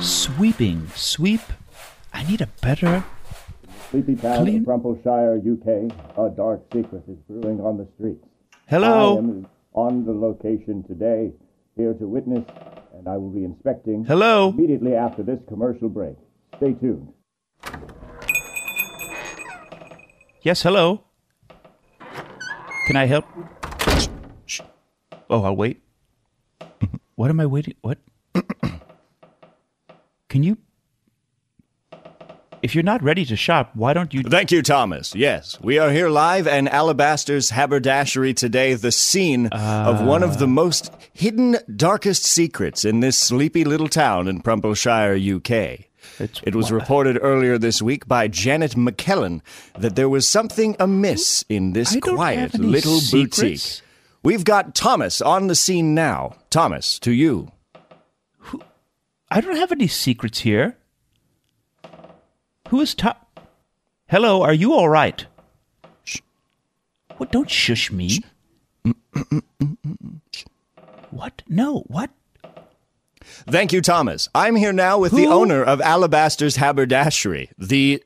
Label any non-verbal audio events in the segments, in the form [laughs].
Sweeping. Sweep. I need a better. Sleepy town Clean- of Rumpelshire, UK, a dark secret is brewing on the streets. I Hello. am on the location today, here to witness, and I will be inspecting Hello. immediately after this commercial break. Stay tuned. Yes, hello. Can I help? Oh, I'll wait. [laughs] what am I waiting? What? [clears throat] Can you? If you're not ready to shop, why don't you? Thank you, Thomas. Yes, we are here live in Alabaster's haberdashery today, the scene of one of the Ah. most hidden, darkest secrets in this sleepy little town in Prumpelshire, UK. It's- It was reported earlier this week by Janet McKellen that there was something amiss in this I don't quiet have any little secrets. boutique. We've got Thomas on the scene now. Thomas, to you. I don't have any secrets here. Who is top? Hello, are you all right? Shh. What? Don't shush me. what? No. What? Thank you, Thomas. I'm here now with the Who? owner of Alabaster's Haberdashery, the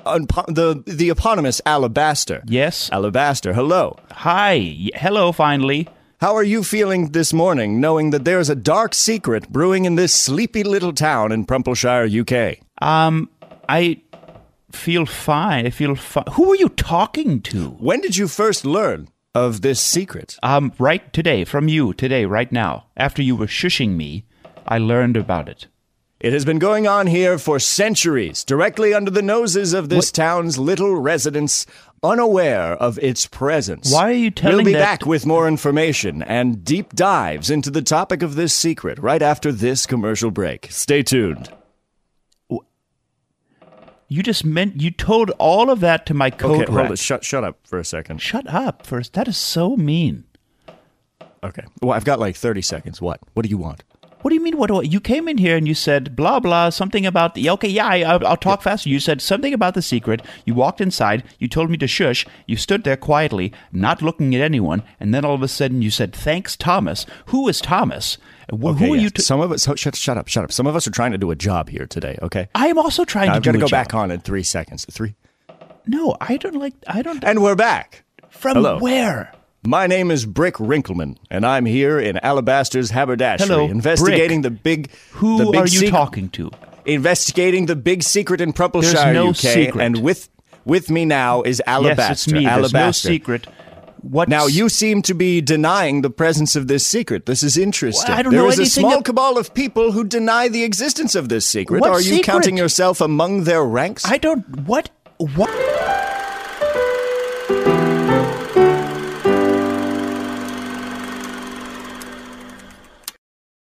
unpo- the the eponymous Alabaster. Yes. Alabaster. Hello. Hi. Y- Hello. Finally. How are you feeling this morning, knowing that there is a dark secret brewing in this sleepy little town in Prumpleshire, UK? Um, I feel fine. I feel fine. Who are you talking to? When did you first learn of this secret? Um, right today, from you today, right now. After you were shushing me, I learned about it. It has been going on here for centuries, directly under the noses of this town's little residents, unaware of its presence. Why are you telling We'll be that- back with more information and deep dives into the topic of this secret right after this commercial break. Stay tuned. You just meant you told all of that to my code okay, hold rat. it. Shut, shut up for a second. Shut up first. That is so mean. Okay. Well, I've got like 30 seconds. What? What do you want? What do you mean? What, do I you came in here and you said blah blah something about the okay yeah I, I'll, I'll talk faster. You said something about the secret. You walked inside. You told me to shush. You stood there quietly, not looking at anyone, and then all of a sudden you said thanks Thomas. Who is Thomas? Wh- Okay, who are yes. you? T- Some of us. so- Shut, shut up. Shut up. Some of us are trying to do a job here today, okay? I am also trying I've to got to do go a job. back on in three seconds. Three. No, I don't like. I don't. And we're back. from hello. where? My name is Brick Wrinkleman, and I'm here in Alabaster's haberdashery, Hello, investigating the big. Who the big are you sec- talking to? Investigating the big secret in Prumpleshire, There's no UK, secret. and with with me now is Alabaster. Yes, it's me. There's Alabaster. no secret. What Now you seem to be denying the presence of this secret. This is interesting. Well, I don't There know is a anything small ab- cabal of people who deny the existence of this secret. What Are you secret? counting yourself among their ranks? I don't. What? What?